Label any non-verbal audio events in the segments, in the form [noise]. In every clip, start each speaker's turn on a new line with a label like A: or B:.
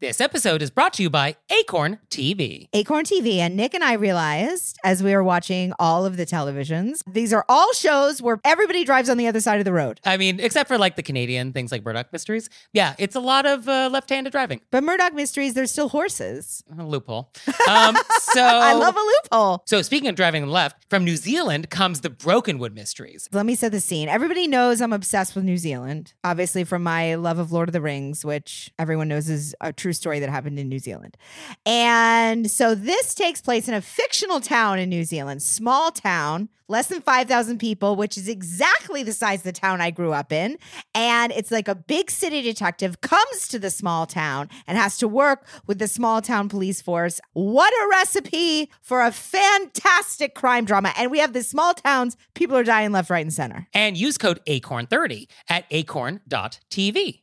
A: This episode is brought to you by Acorn TV.
B: Acorn TV. And Nick and I realized as we were watching all of the televisions, these are all shows where everybody drives on the other side of the road.
A: I mean, except for like the Canadian things like Burdock Mysteries. Yeah, it's a lot of uh, left handed driving.
B: But Murdoch Mysteries, there's still horses.
A: A
B: [laughs]
A: loophole. Um, so
B: I love a loophole.
A: So speaking of driving left, from New Zealand comes the Brokenwood Mysteries.
B: Let me set the scene. Everybody knows I'm obsessed with New Zealand, obviously, from my love of Lord of the Rings, which everyone knows is a true story that happened in New Zealand. And so this takes place in a fictional town in New Zealand, small town, less than 5,000 people, which is exactly the size of the town I grew up in. And it's like a big city detective comes to the small town and has to work with the small town police force. What a recipe for a fantastic crime drama. And we have the small towns, people are dying left, right, and center.
A: And use code ACORN30 at acorn.tv.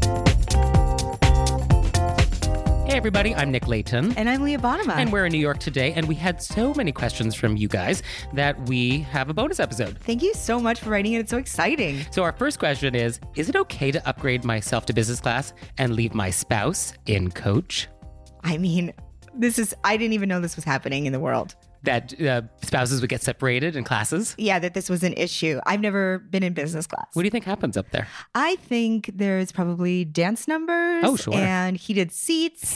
A: Hey everybody, I'm Nick Layton.
B: And I'm Leah Bonema.
A: And we're in New York today, and we had so many questions from you guys that we have a bonus episode.
B: Thank you so much for writing it. It's so exciting.
A: So, our first question is Is it okay to upgrade myself to business class and leave my spouse in coach?
B: I mean, this is I didn't even know this was happening in the world.
A: That uh, spouses would get separated in classes?
B: Yeah, that this was an issue. I've never been in business class.
A: What do you think happens up there? [laughs]
B: I think there's probably dance numbers.
A: Oh, sure.
B: And heated seats.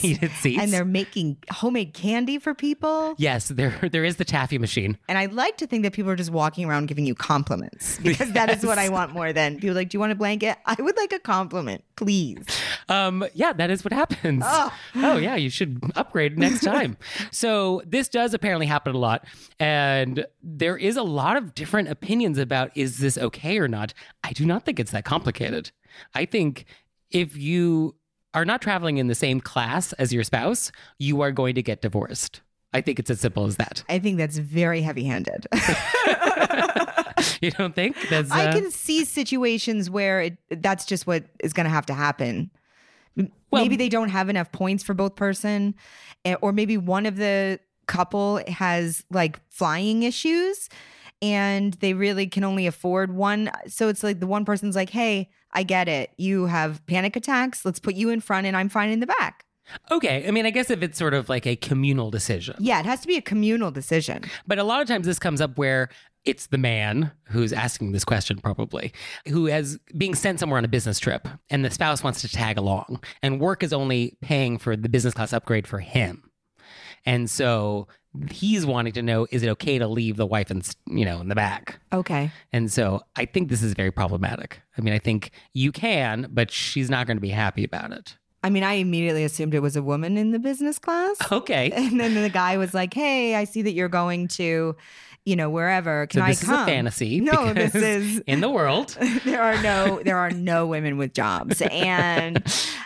A: [laughs] Heated seats.
B: And they're making homemade candy for people.
A: Yes, there there is the taffy machine.
B: And I like to think that people are just walking around giving
A: [laughs]
B: you compliments because that is what I want more than people are like, do you want a blanket? I would like a compliment, please.
A: Um, yeah, that is what happens.
B: Oh.
A: Oh, yeah, you should upgrade next
B: [laughs]
A: time. so this does apparently happen a lot, and there is a lot of different opinions about is this okay or not. I do not think it's that complicated. I think if you are not traveling in the same class as your spouse, you are going to get divorced. I think it's as simple as
B: [laughs]
A: that. [laughs]
B: I think that's very heavy-handed. [laughs]
A: you don't think? That's,
B: I
A: uh,
B: can see situations where it, that's just what is going to have to happen. M-
A: Well-
B: maybe they don't have enough points for both person, eh, or maybe one of the couple has like flying issues and they really can only afford one. So it's like the one person's like, hey, I get it. You have panic attacks. Let's put you in front and I'm fine in the back.
A: Okay. I mean, I guess if it's sort of like a communal decision,
B: Yeah, it has to be a communal decision.
A: but a lot of times this comes up where it's the man who's asking this question, probably, who has being sent somewhere on a business trip and the spouse wants to tag along and work is only paying for the business class upgrade for him. And so he's wanting to know, is it okay to leave the wife and, you know, in the back?
B: Okay.
A: And so I think this is very problematic. I mean, I think you can, but she's not going to be happy about it.
B: I mean, I immediately assumed it was a woman in the business class.
A: Okay.
B: And then the guy was like, "Hey, I see that you're going to, you know, wherever. Can
A: So
B: I
A: this is
B: come?"
A: a fantasy.
B: No,
A: because
B: this is.
A: [laughs]
B: [laughs]
A: in the world.
B: there are no there are no women with jobs and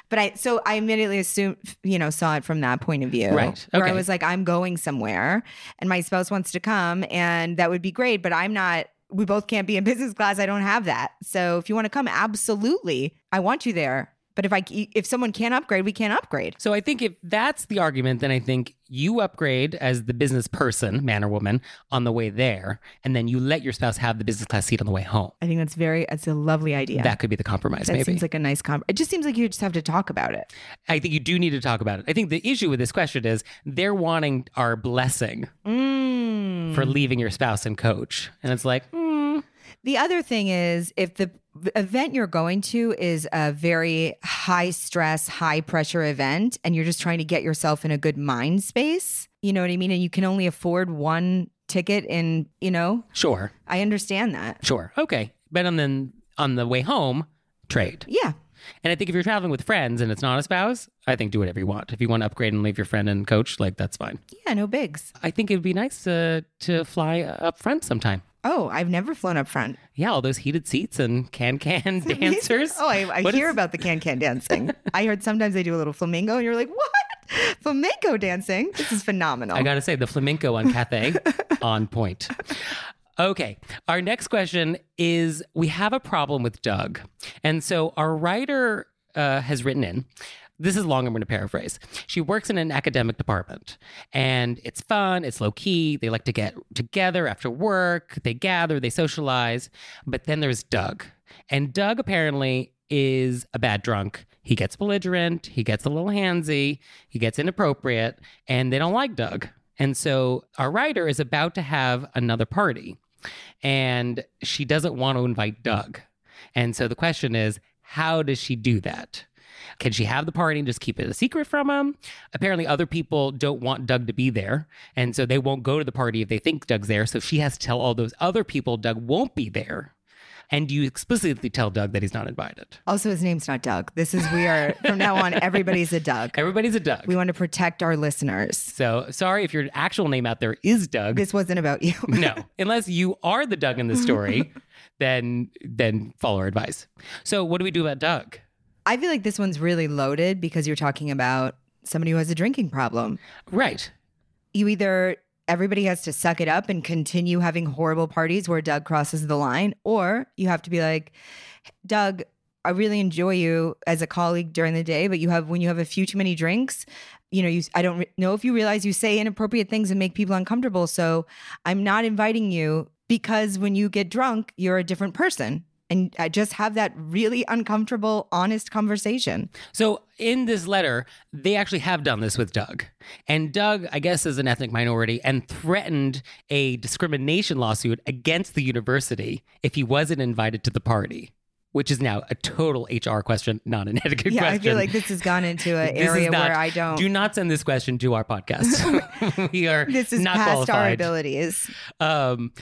B: but i so i immediately assumed you know saw it from that point of view
A: Right.
B: where i
A: Okay.
B: was like i'm going somewhere and my spouse wants to come and that would be great but i'm not we both can't be in business class i don't have that so if you want to come absolutely i want you there but if i c- if someone can't upgrade we can't upgrade
A: So I think if that's the argument, then I think you upgrade as the business person, man or woman, on the way there, and then you let your spouse have the business class seat on the way home.
B: i think that's very that's a lovely idea
A: That could be the compromise,
B: That
A: maybe.
B: seems like a nice comp. It just seems like you just have to talk about it.
A: I think you do need to talk about it. I think the issue with this question is they're wanting our blessing
B: Mm.
A: for leaving your spouse and coach. And it's like, mm,
B: the other thing is if the the event you're going to is a very high stress, high pressure event, and you're just trying to get yourself in a good mind space, you know what I mean? And you can only afford one ticket, and you know,
A: sure,
B: I understand that.
A: sure, okay. But on then on the way home, trade.
B: Yeah.
A: And I think if you're traveling with friends and it's not a spouse, I think do whatever you want. If you want to upgrade and leave your friend and coach, like that's fine.
B: Yeah, no bigs.
A: I think it would be nice to to fly up front sometime.
B: Oh, I've never flown up front.
A: Yeah, all those heated seats and can [laughs] can
B: [laughs]
A: dancers.
B: oh, I, I
A: What
B: hear
A: is-
B: about the can
A: [laughs]
B: can dancing. I heard sometimes they do a little flamingo, and you're like, what? Flamenco dancing? This is phenomenal.
A: I gotta say the flamenco on Cathay on point. Okay. Our next question is we have a problem with Doug. And so our writer uh, has written in. This is long, I'm going to paraphrase. She works in an academic department and it's fun, it's low key. They like to get together after work, they gather, they socialize. But then there's Doug. And Doug apparently is a bad drunk. He gets belligerent, he gets a little handsy, he gets inappropriate, and they don't like Doug. And so our writer is about to have another party, and she doesn't want to invite Doug. And so the question is, how does she do that? Can she have the party and just keep it a secret from him? Apparently, other people don't want Doug to be there. And so they won't go to the party if they think Doug's there. So she has to tell all those other people Doug won't be there. And you explicitly tell Doug that he's not invited.
B: Also, his name's not Doug. This is weird. From now on, everybody's
A: [laughs]
B: a Doug.
A: Everybody's a Doug.
B: We want to protect our listeners.
A: So sorry if your actual name out there is Doug.
B: This wasn't about you. [laughs]
A: no unless you are the doug in the story then then follow our advice so what do we do about doug
B: I feel like this one's really loaded because you're talking about somebody who has a drinking problem.
A: right
B: You either everybody has to suck it up and continue having horrible parties where Doug crosses the line, or you have to be like, Doug, I really enjoy you as a colleague during the day, but you have when you have a few too many drinks, you know, you I don't re- know if you realize you say inappropriate things and make people uncomfortable, so I'm not inviting you because when you get drunk, you're a different person. And I just have that really uncomfortable, honest conversation.
A: so in this letter they actually have done this with doug and doug i guess is an ethnic minority and threatened a discrimination lawsuit against the university if he wasn't invited to the party which is now a total hr question not an [laughs] etiquette
B: Yeah,
A: question
B: I feel like this has gone into
A: [laughs]
B: an
A: This is
B: area
A: not-
B: where I don't.
A: do not send this question to our
B: [laughs]
A: podcast. [laughs] we are
B: this is
A: not
B: past our
A: qualified.
B: abilities.
A: Um,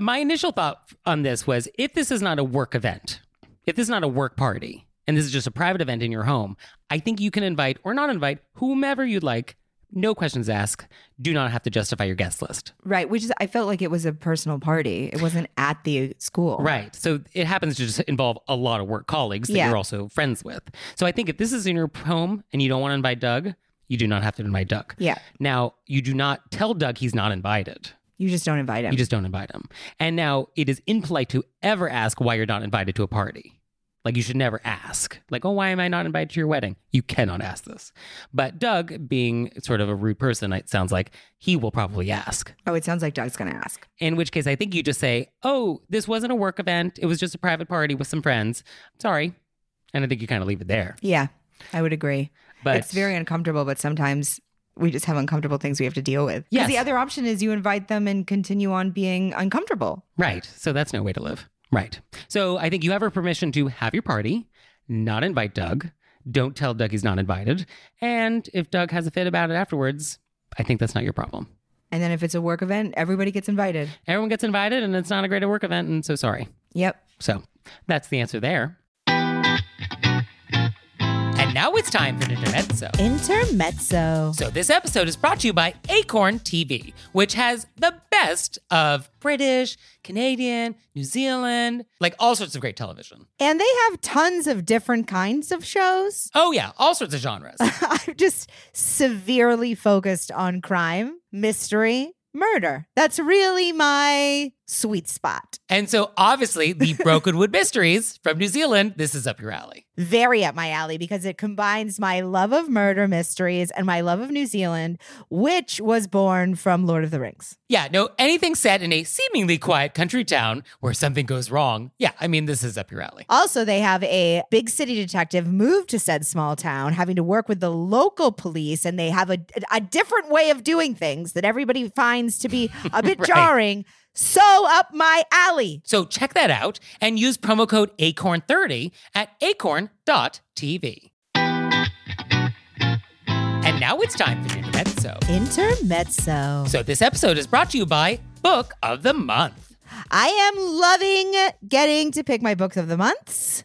A: my initial thought on this was if this is not a work event, if this is not a work party, and this is just a private event in your home, I think you can invite or not invite whomever you'd like. No questions asked. Do not have to justify your guest list.
B: Right, which is I felt like it was a personal party. It wasn't at the school.
A: Right. So it happens to just involve a lot of work colleagues that
B: Yeah.
A: you're also friends with. So I think if this is in your home and you don't want to invite Doug, you do not have to invite Doug.
B: Yeah.
A: Now, you do not tell Doug he's not invited.
B: You just don't invite him.
A: You just don't invite him. And now it is impolite to ever ask why you're not invited to a party. Like you should never ask, like, oh, why am I not invited to your wedding? You cannot ask this. But Doug, being sort of a rude person, it sounds like he will probably ask.
B: oh, it sounds like Doug's gonna ask.
A: In which case, I think you just say, oh, this wasn't a work event. It was just a private party with some friends. Sorry. And I think you kind of leave it there.
B: Yeah, I would agree.
A: But
B: it's very uncomfortable, but sometimes we just have uncomfortable things we have to deal with.
A: Yes.
B: Because the other option is you invite them and continue on being uncomfortable.
A: Right. So that's no way to live. Right. So I think you have her permission to have your party, not invite Doug. Don't tell Doug he's not invited. And if Doug has a fit about it afterwards, I think that's not your problem.
B: And then if it's a work event, everybody gets invited.
A: Everyone gets invited and it's not a great work event. And so sorry.
B: Yep.
A: So that's the answer there. And now it's time for Intermezzo.
B: Intermezzo.
A: So this episode is brought to you by Acorn TV, which has the best of British, Canadian, New Zealand, like all sorts of great television.
B: And they have tons of different kinds of shows.
A: Oh yeah, all sorts of genres.
B: [laughs] I'm just severely focused on crime, mystery, murder. That's really my sweet spot.
A: and so obviously the Brokenwood Mysteries from New Zealand, this is up your alley.
B: Very up my alley because it combines my love of murder mysteries and my love of New Zealand, which was born from Lord of the Rings.
A: Yeah, no, anything set in a seemingly quiet country town where something goes wrong. Yeah, I mean this is up your alley.
B: Also, they have a big city detective moved to said small town, having to work with the local police, and they have a, a different way of doing things that everybody finds to be a bit
A: Right.
B: jarring. So up my alley.
A: So check that out and use promo code ACORN30 at acorn.tv. And now it's time for Intermezzo.
B: Intermezzo.
A: So this episode is brought to you by Book of the Month.
B: I am loving getting to pick my books of the months.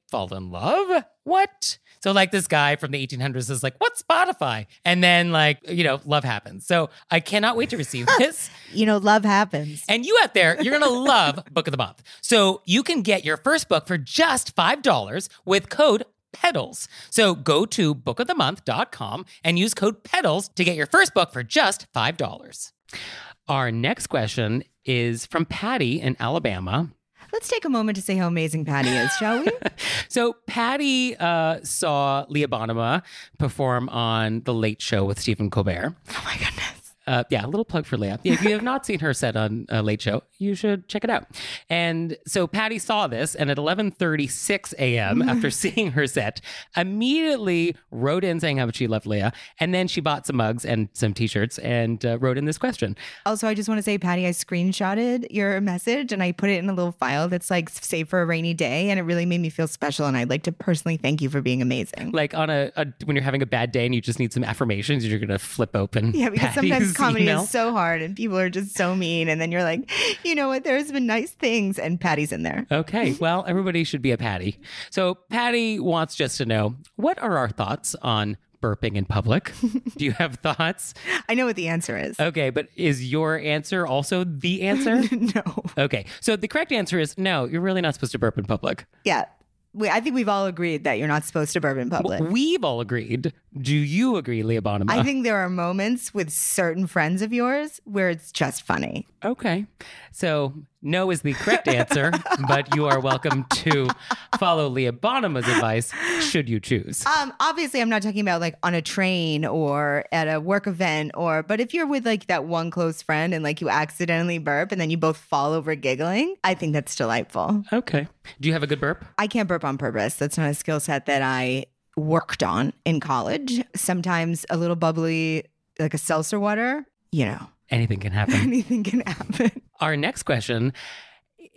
A: fall in love. What? So like this guy from the 1800s is like, "What's Spotify?" And then like, you know, love happens. So I cannot wait to receive this.
B: You know, love happens.
A: And you out there, you're going to love Book of the Month. So you can get your first book for just $5 with code E PEDALS. So go to bookofthemonth.com and use code E PEDALS to get your first book for just $5. Our next question is from Patty in Alabama.
B: Let's take a moment to say how amazing Patty is, shall [laughs] we?
A: So Patty uh, saw Leah Bonema perform on The Late Show with Stephen Colbert.
B: oh my goodness.
A: Uh, yeah, a little plug for Leah. If you have not seen her set on uh, Late Show, you should check it out. And so Patty saw this, and at 11:36
B: Mm-hmm.
A: a.m. after [laughs] seeing her set, immediately wrote in saying how much she loved Leah, and then she bought some mugs and some T-shirts and uh, wrote in this question.
B: Also, I just want to say, Patty, I screenshotted your message and I put it in a little file that's like saved for a rainy day. And it really made me feel special. And I'd like to personally thank you for being amazing.
A: Like on a, a when you're having a bad day and you just need some affirmations, you're gonna flip open.
B: [laughs] Yeah, because sometimes
A: Patty's
B: comedy
A: email.
B: is so hard and people are just so mean. And then you're like, you know what? There's been nice things. And Patty's in there.
A: Okay, well, everybody should be a Patty. So, Patty wants just to know what are our thoughts on burping in
B: [laughs]
A: public? Do you have thoughts?
B: I know what the answer is.
A: Okay, but is your answer also the answer?
B: [laughs] no.
A: okay, so the correct answer is no, you're really not supposed to burp in public.
B: Yeah. We, I think we've all agreed that you're not supposed to burp in public.
A: We've all agreed. Do you agree, Leah Bonema?
B: I think there are moments with certain friends of yours where it's just funny.
A: okay, so no is the correct answer, but you are welcome to follow Leah Bonema's advice should you choose.
B: Um, obviously, I'm not talking about like on a train or at a work event or, but if you're with like that one close friend and like you accidentally burp and then you both fall over giggling, I think that's delightful.
A: Okay. Do you have a good burp?
B: I can't burp on purpose. That's not a skill set that I worked on in college. Sometimes a little bubbly, like a seltzer water, you know, [laughs]
A: Anything can happen.
B: anything can happen.
A: Our next question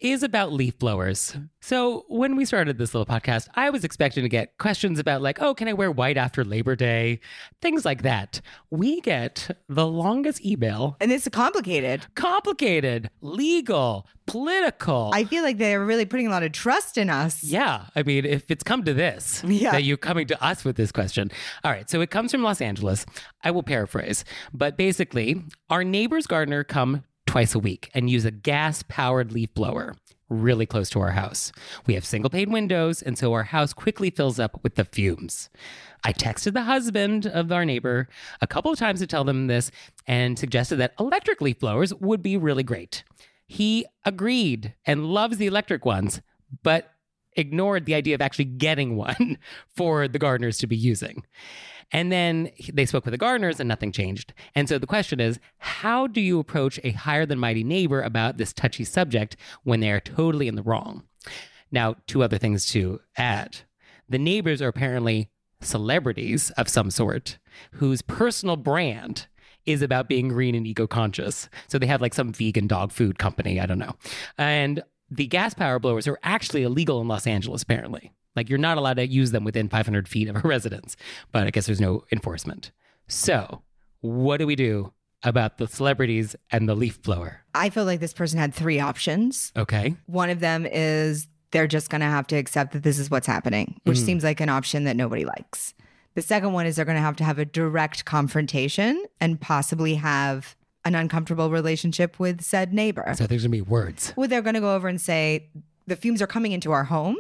A: is about leaf blowers. So, when we started this little podcast, I was expecting to get questions about, like, oh, can I wear white after Labor Day? Things like that. We get the longest email
B: And it's complicated.
A: complicated, legal, political.
B: I feel like they're really putting a lot of trust in us.
A: yeah, I mean, if it's come to this,
B: Yeah.
A: that you're coming to us with this question. All right, so it comes from Los Angeles. I will paraphrase, but basically, our neighbor's gardener come twice a week and use a gas-powered leaf blower really close to our house. We have single-pane windows, and so our house quickly fills up with the fumes. I texted the husband of our neighbor a couple of times to tell them this and suggested that electric leaf blowers would be really great. He agreed and loves the electric ones, but ignored the idea of actually getting one [laughs] for the gardeners to be using. And then they spoke with the gardeners and nothing changed. And so the question is how do you approach a higher than mighty neighbor about this touchy subject when they are totally in the wrong? Now, two other things to add the neighbors are apparently celebrities of some sort whose personal brand is about being green and eco conscious. So they have like some vegan dog food company, I don't know. And the gas power blowers are actually illegal in Los Angeles, apparently. Like you're not allowed to use them within 500 feet of a [laughs] residence, but I guess there's no enforcement. So, what do we do about the celebrities and the leaf blower?
B: I feel like this person had three options.
A: Okay.
B: One of them is they're just going to have to accept that this is what's happening, which
A: Mm.
B: seems like an option that nobody likes. The second one is they're going to have to have a direct confrontation and possibly have an uncomfortable relationship with said neighbor.
A: So, there's gonna be words.
B: Well, they're going to go over and say, the fumes are coming into our home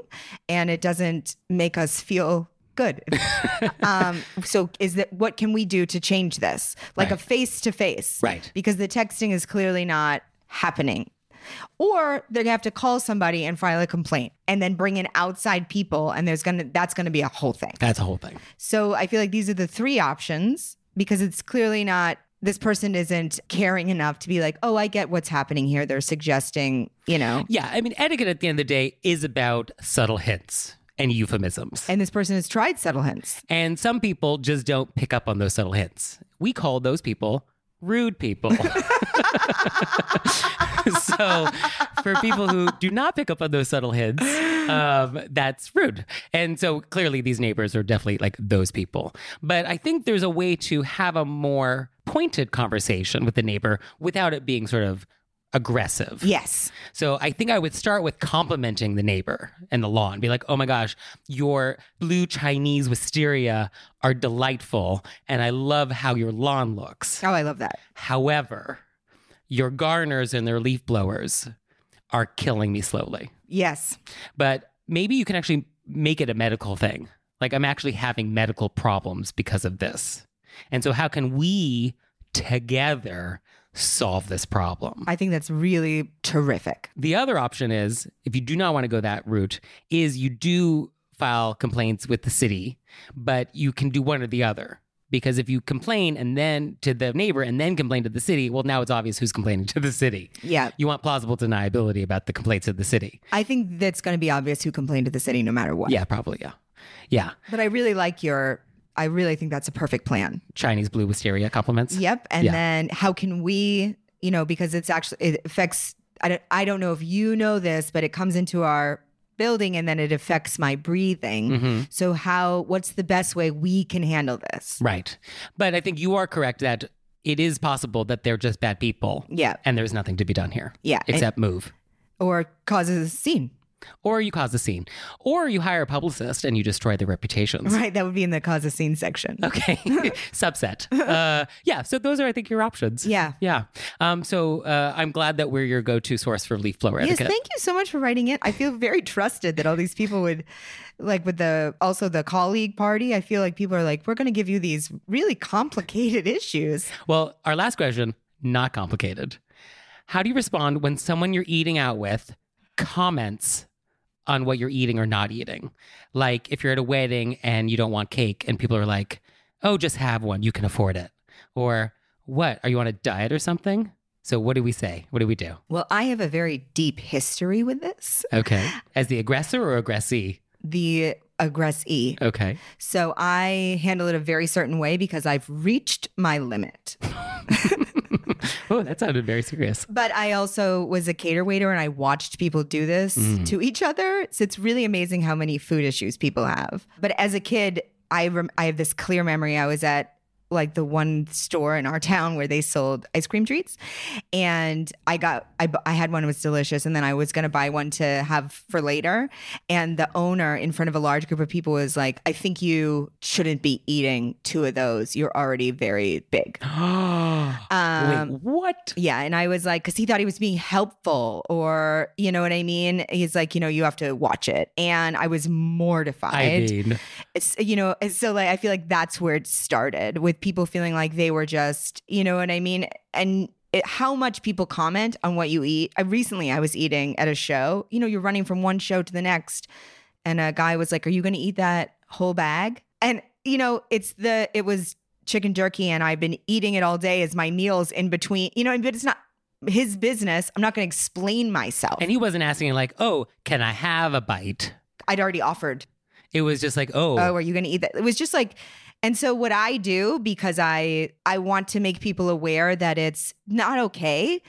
B: and it doesn't make us feel
A: [laughs]
B: good. um, so, is that what can we do to change this? Like a
A: Right.
B: face to face
A: Right.
B: because the texting is clearly not happening. Or they're gonna have to call somebody and file a complaint and then bring in outside people and there's gonna that's gonna be a whole thing.
A: That's the whole thing.
B: So I feel like these are the three options because it's clearly not this person isn't caring enough to be like, oh, I get what's happening here. They're suggesting, you know.
A: Yeah, I mean, etiquette at the end of the day is about subtle hints. and euphemisms.
B: And this person has tried subtle hints.
A: And some people just don't pick up on those subtle hints. We call those people rude people. [laughs] so, for people who do not pick up on those subtle hints, um, that's rude. And so, clearly, these neighbors are definitely like those people. But I think there's a way to have a more pointed conversation with the neighbor without it being sort of aggressive.
B: Yes.
A: So I think I would start with complimenting the neighbor and the lawn. Be like, oh my gosh, your blue Chinese wisteria are delightful. And I love how your lawn looks.
B: Oh, I love that.
A: However, your gardeners and their leaf blowers are killing me slowly.
B: Yes.
A: But maybe you can actually make it a medical thing. Like, I'm actually having medical problems because of this. And so, how can we together solve this problem?
B: I think that's really terrific.
A: The other option is, if you do not want to go that route, is you do file complaints with the city, but you can do one or the other. Because if you complain and then to the neighbor and then complain to the city, well, now it's obvious who's complaining to the city.
B: Yeah.
A: You want plausible deniability about the complaints of the city.
B: I think that's going to be obvious who complained to the city no matter what.
A: Yeah, probably. Yeah. Yeah.
B: But I really like your, I really think that's a perfect plan.
A: Chinese blue wisteria compliments.
B: Yep. And
A: Yeah.
B: then how can we, you know, because it's actually, it affects, I don't, I don't know if you know this, but it comes into our building and then it affects my breathing.
A: hmm
B: So, how, what's the best way we can handle this?
A: Right. But I think you are correct that it is possible that they're just bad people
B: Yeah.
A: and there's nothing to be done here
B: Yeah. and-
A: except move.
B: or causes a scene.
A: or you cause a scene, or you hire a publicist and you destroy their reputations.
B: [laughs] Right. That would be in the cause a scene section.
A: [laughs]
B: [laughs]
A: Okay, [laughs] subset. Uh, yeah, so those are, I think, your options.
B: Yeah.
A: Yeah. Um, so uh, I'm glad that we're your go to source for leaf blower
B: Yes,
A: etiquette.
B: thank you so much for writing it. I feel very trusted that all these people would like with the also the colleague party. I feel like people are like, we're gonna give you these really complicated issues.
A: well, our last question, not complicated. How do you respond when someone you're eating out with comments on what you're eating or not eating? Like if you're at a wedding and you don't want cake and people are like, oh, just have one, you can afford it. Or what? Are you on a diet or something? So what do we say? What do we do?
B: Well, I have a very deep history with this.
A: Okay. As the aggressor or aggressee?
B: The aggressee.
A: Okay.
B: So I handle it a very certain way because I've reached my limit.
A: [laughs] oh, that sounded very serious. [gasps]
B: But I also was a cater waiter and I watched people do this
A: Mm.
B: to each other. So it's really amazing how many food issues people have. But as a kid, I rem- I have this clear memory. I was at like the one store in our town where they sold ice cream treats and I got I, bu- I had one it was delicious and then I was going to buy one to have for later and the owner in front of a large group of people was like I think you shouldn't be eating two of those you're already very big um
A: Wait, what?
B: yeah. And I was like, because he thought he was being helpful, or you know what I mean? He's like, you know, you have to watch it. And I was
A: I
B: mortified.
A: mean,
B: It's, you know, and so like, I feel like that's where it started with people feeling like they were just, you know what I mean? And it, how much people comment on what you eat. I recently, I was eating at a show, you know, you're running from one show to the next. And a guy was like, are you going to eat that whole bag? And, you know, it's the, it was, chicken jerky and I've been eating it all day as my meals in between. You know, but it's not his business. I'm not going to explain myself.
A: and he wasn't asking like, "Oh, can I have a bite?"
B: I'd already offered,
A: It was just like, "Oh,
B: oh, are you going to eat that? It was just like, and so what I do because I I want to make people aware that it's not okay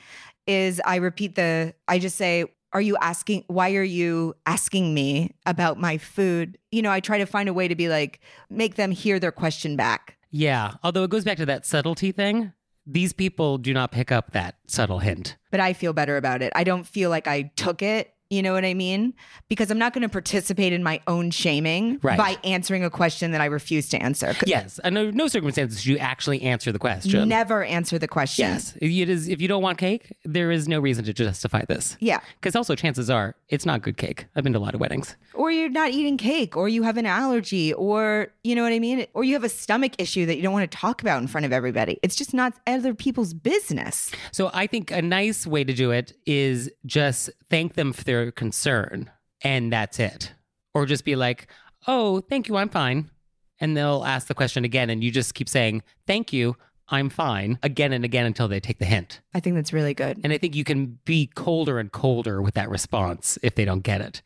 B: is I repeat the I just say are you asking why are you asking me about my food? You know, I try to find a way to be like make them hear their question back.
A: yeah." Although it goes back to that subtlety thing. These people do not pick up that subtle hint.
B: but I feel better about it. I don't feel like I took it. You know what I mean? Because I'm not going to participate in my own shaming
A: Right.
B: by answering a question that I refuse to answer. 'Cause
A: Yes, under no circumstances do you actually answer the question.
B: Never answer the question.
A: Yes, it is. If you don't want cake, there is no reason to justify this.
B: Yeah.
A: Because also, chances are it's not good cake. I've been to a lot of weddings.
B: Or you're not eating cake, or you have an allergy, or you know what I mean? Or you have a stomach issue that you don't want to talk about in front of everybody. It's just not other people's business.
A: So I think a nice way to do it is just thank them for their concern and that's it. Or just be like, oh, thank you, I'm fine. And they'll ask the question again and you just keep saying, thank you, I'm fine again and again until they take the hint.
B: I think that's really good.
A: And I think you can be colder and colder with that response if they don't get it.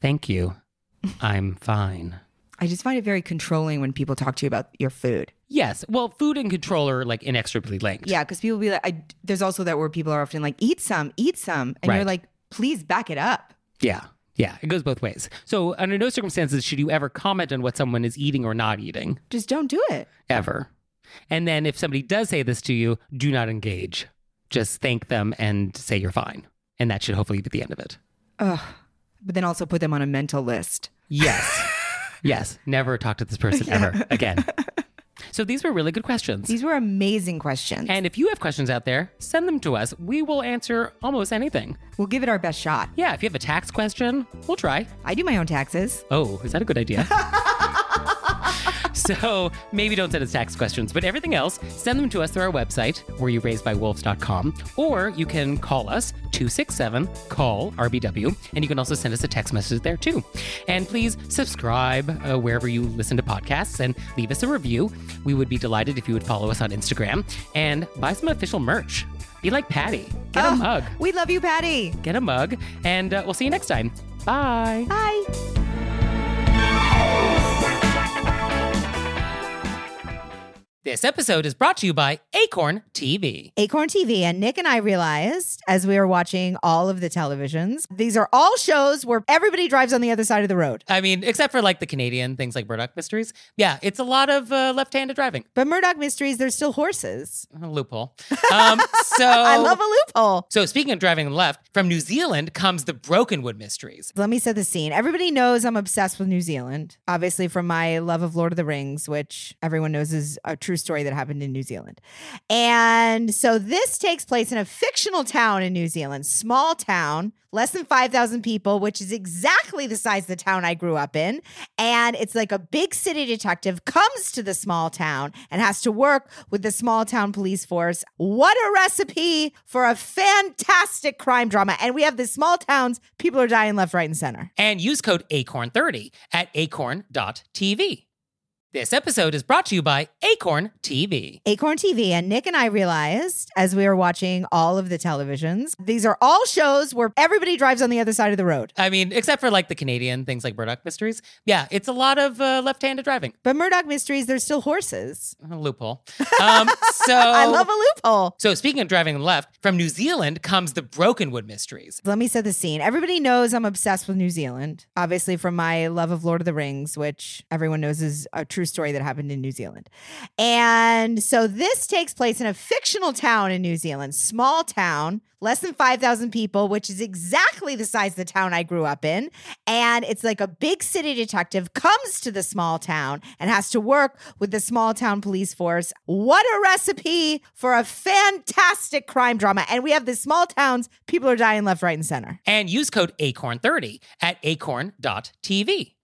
A: Thank you, I'm fine.
B: I just find it very controlling when people talk to you about your food.
A: Yes. Well, food and control are like inextricably linked.
B: Yeah, because people be like, I, there's also that where people are often like, eat some, eat some. And you're
A: Right.
B: like, please back it up.
A: Yeah. Yeah. It goes both ways. So, under no circumstances should you ever comment on what someone is eating or not eating,
B: Just don't do it.
A: ever. And then, if somebody does say this to you, do not engage. Just thank them and say you're fine. And that should hopefully be the end of it.
B: Ugh. But then also put them on a mental list.
A: [laughs] Yes. yes. Never talk to this person ever again. So, these were really good questions.
B: These were amazing questions.
A: and if you have questions out there, send them to us. We will answer almost anything.
B: we'll give it our best shot.
A: Yeah, if you have a tax question, we'll try.
B: I do my own taxes.
A: Oh, is that a good idea? [laughs] so maybe don't send us tax questions, but everything else, send them to us through our website, wereyouraisedbywolves.com, or you can call us 267 call RBW, and you can also send us a text message there too. And please subscribe uh, wherever you listen to podcasts and leave us a review. We would be delighted if you would follow us on Instagram and buy some official merch. Be like Patty. Get a mug.
B: We love you, Patty.
A: Get a mug, and uh, we'll see you next time. Bye.
B: Bye.
A: This episode is brought to you by Acorn TV.
B: Acorn TV. And Nick and I realized as we were watching all of the televisions, these are all shows where everybody drives on the other side of the road.
A: I mean, except for like the Canadian things like Burdock Mysteries. Yeah, it's a lot of uh, left-handed driving.
B: But Murdoch Mysteries, there's still horses.
A: A loophole. Um, so
B: [laughs] I love a loophole.
A: So speaking of driving left, from New Zealand comes the Brokenwood Mysteries.
B: Let me set the scene. Everybody knows I'm obsessed with New Zealand, obviously, from my love of Lord of the Rings, which everyone knows is a true story that happened in New Zealand. And so this takes place in a fictional town in New Zealand, small town, less than 5,000 people, which is exactly the size of the town I grew up in. And it's like a big city detective comes to the small town and has to work with the small town police force. What a recipe for a fantastic crime drama. And we have the small towns, people are dying left, right, and center.
A: And use code ACORN30 at acorn.tv. This episode is brought to you by Acorn TV.
B: Acorn TV. And Nick and I realized as we were watching all of the televisions, these are all shows where everybody drives on the other side of the road.
A: I mean, except for like the Canadian things like Burdock Mysteries. Yeah, it's a lot of uh, left-handed driving.
B: But Murdoch Mysteries, there's still horses.
A: A loophole. Um, so
B: [laughs] I love a loophole.
A: So, speaking of driving left, from New Zealand comes the Brokenwood Mysteries.
B: Let me set the scene. Everybody knows I'm obsessed with New Zealand, obviously, from my love of Lord of the Rings, which everyone knows is a true story that happened in New Zealand. And so this takes place in a fictional town in New Zealand, small town, less than 5,000 people, which is exactly the size of the town I grew up in. And it's like a big city detective comes to the small town and has to work with the small town police force. What a recipe for a fantastic crime drama. And we have the small towns, people are dying left, right, and center.
A: And use code ACORN30 at acorn.tv.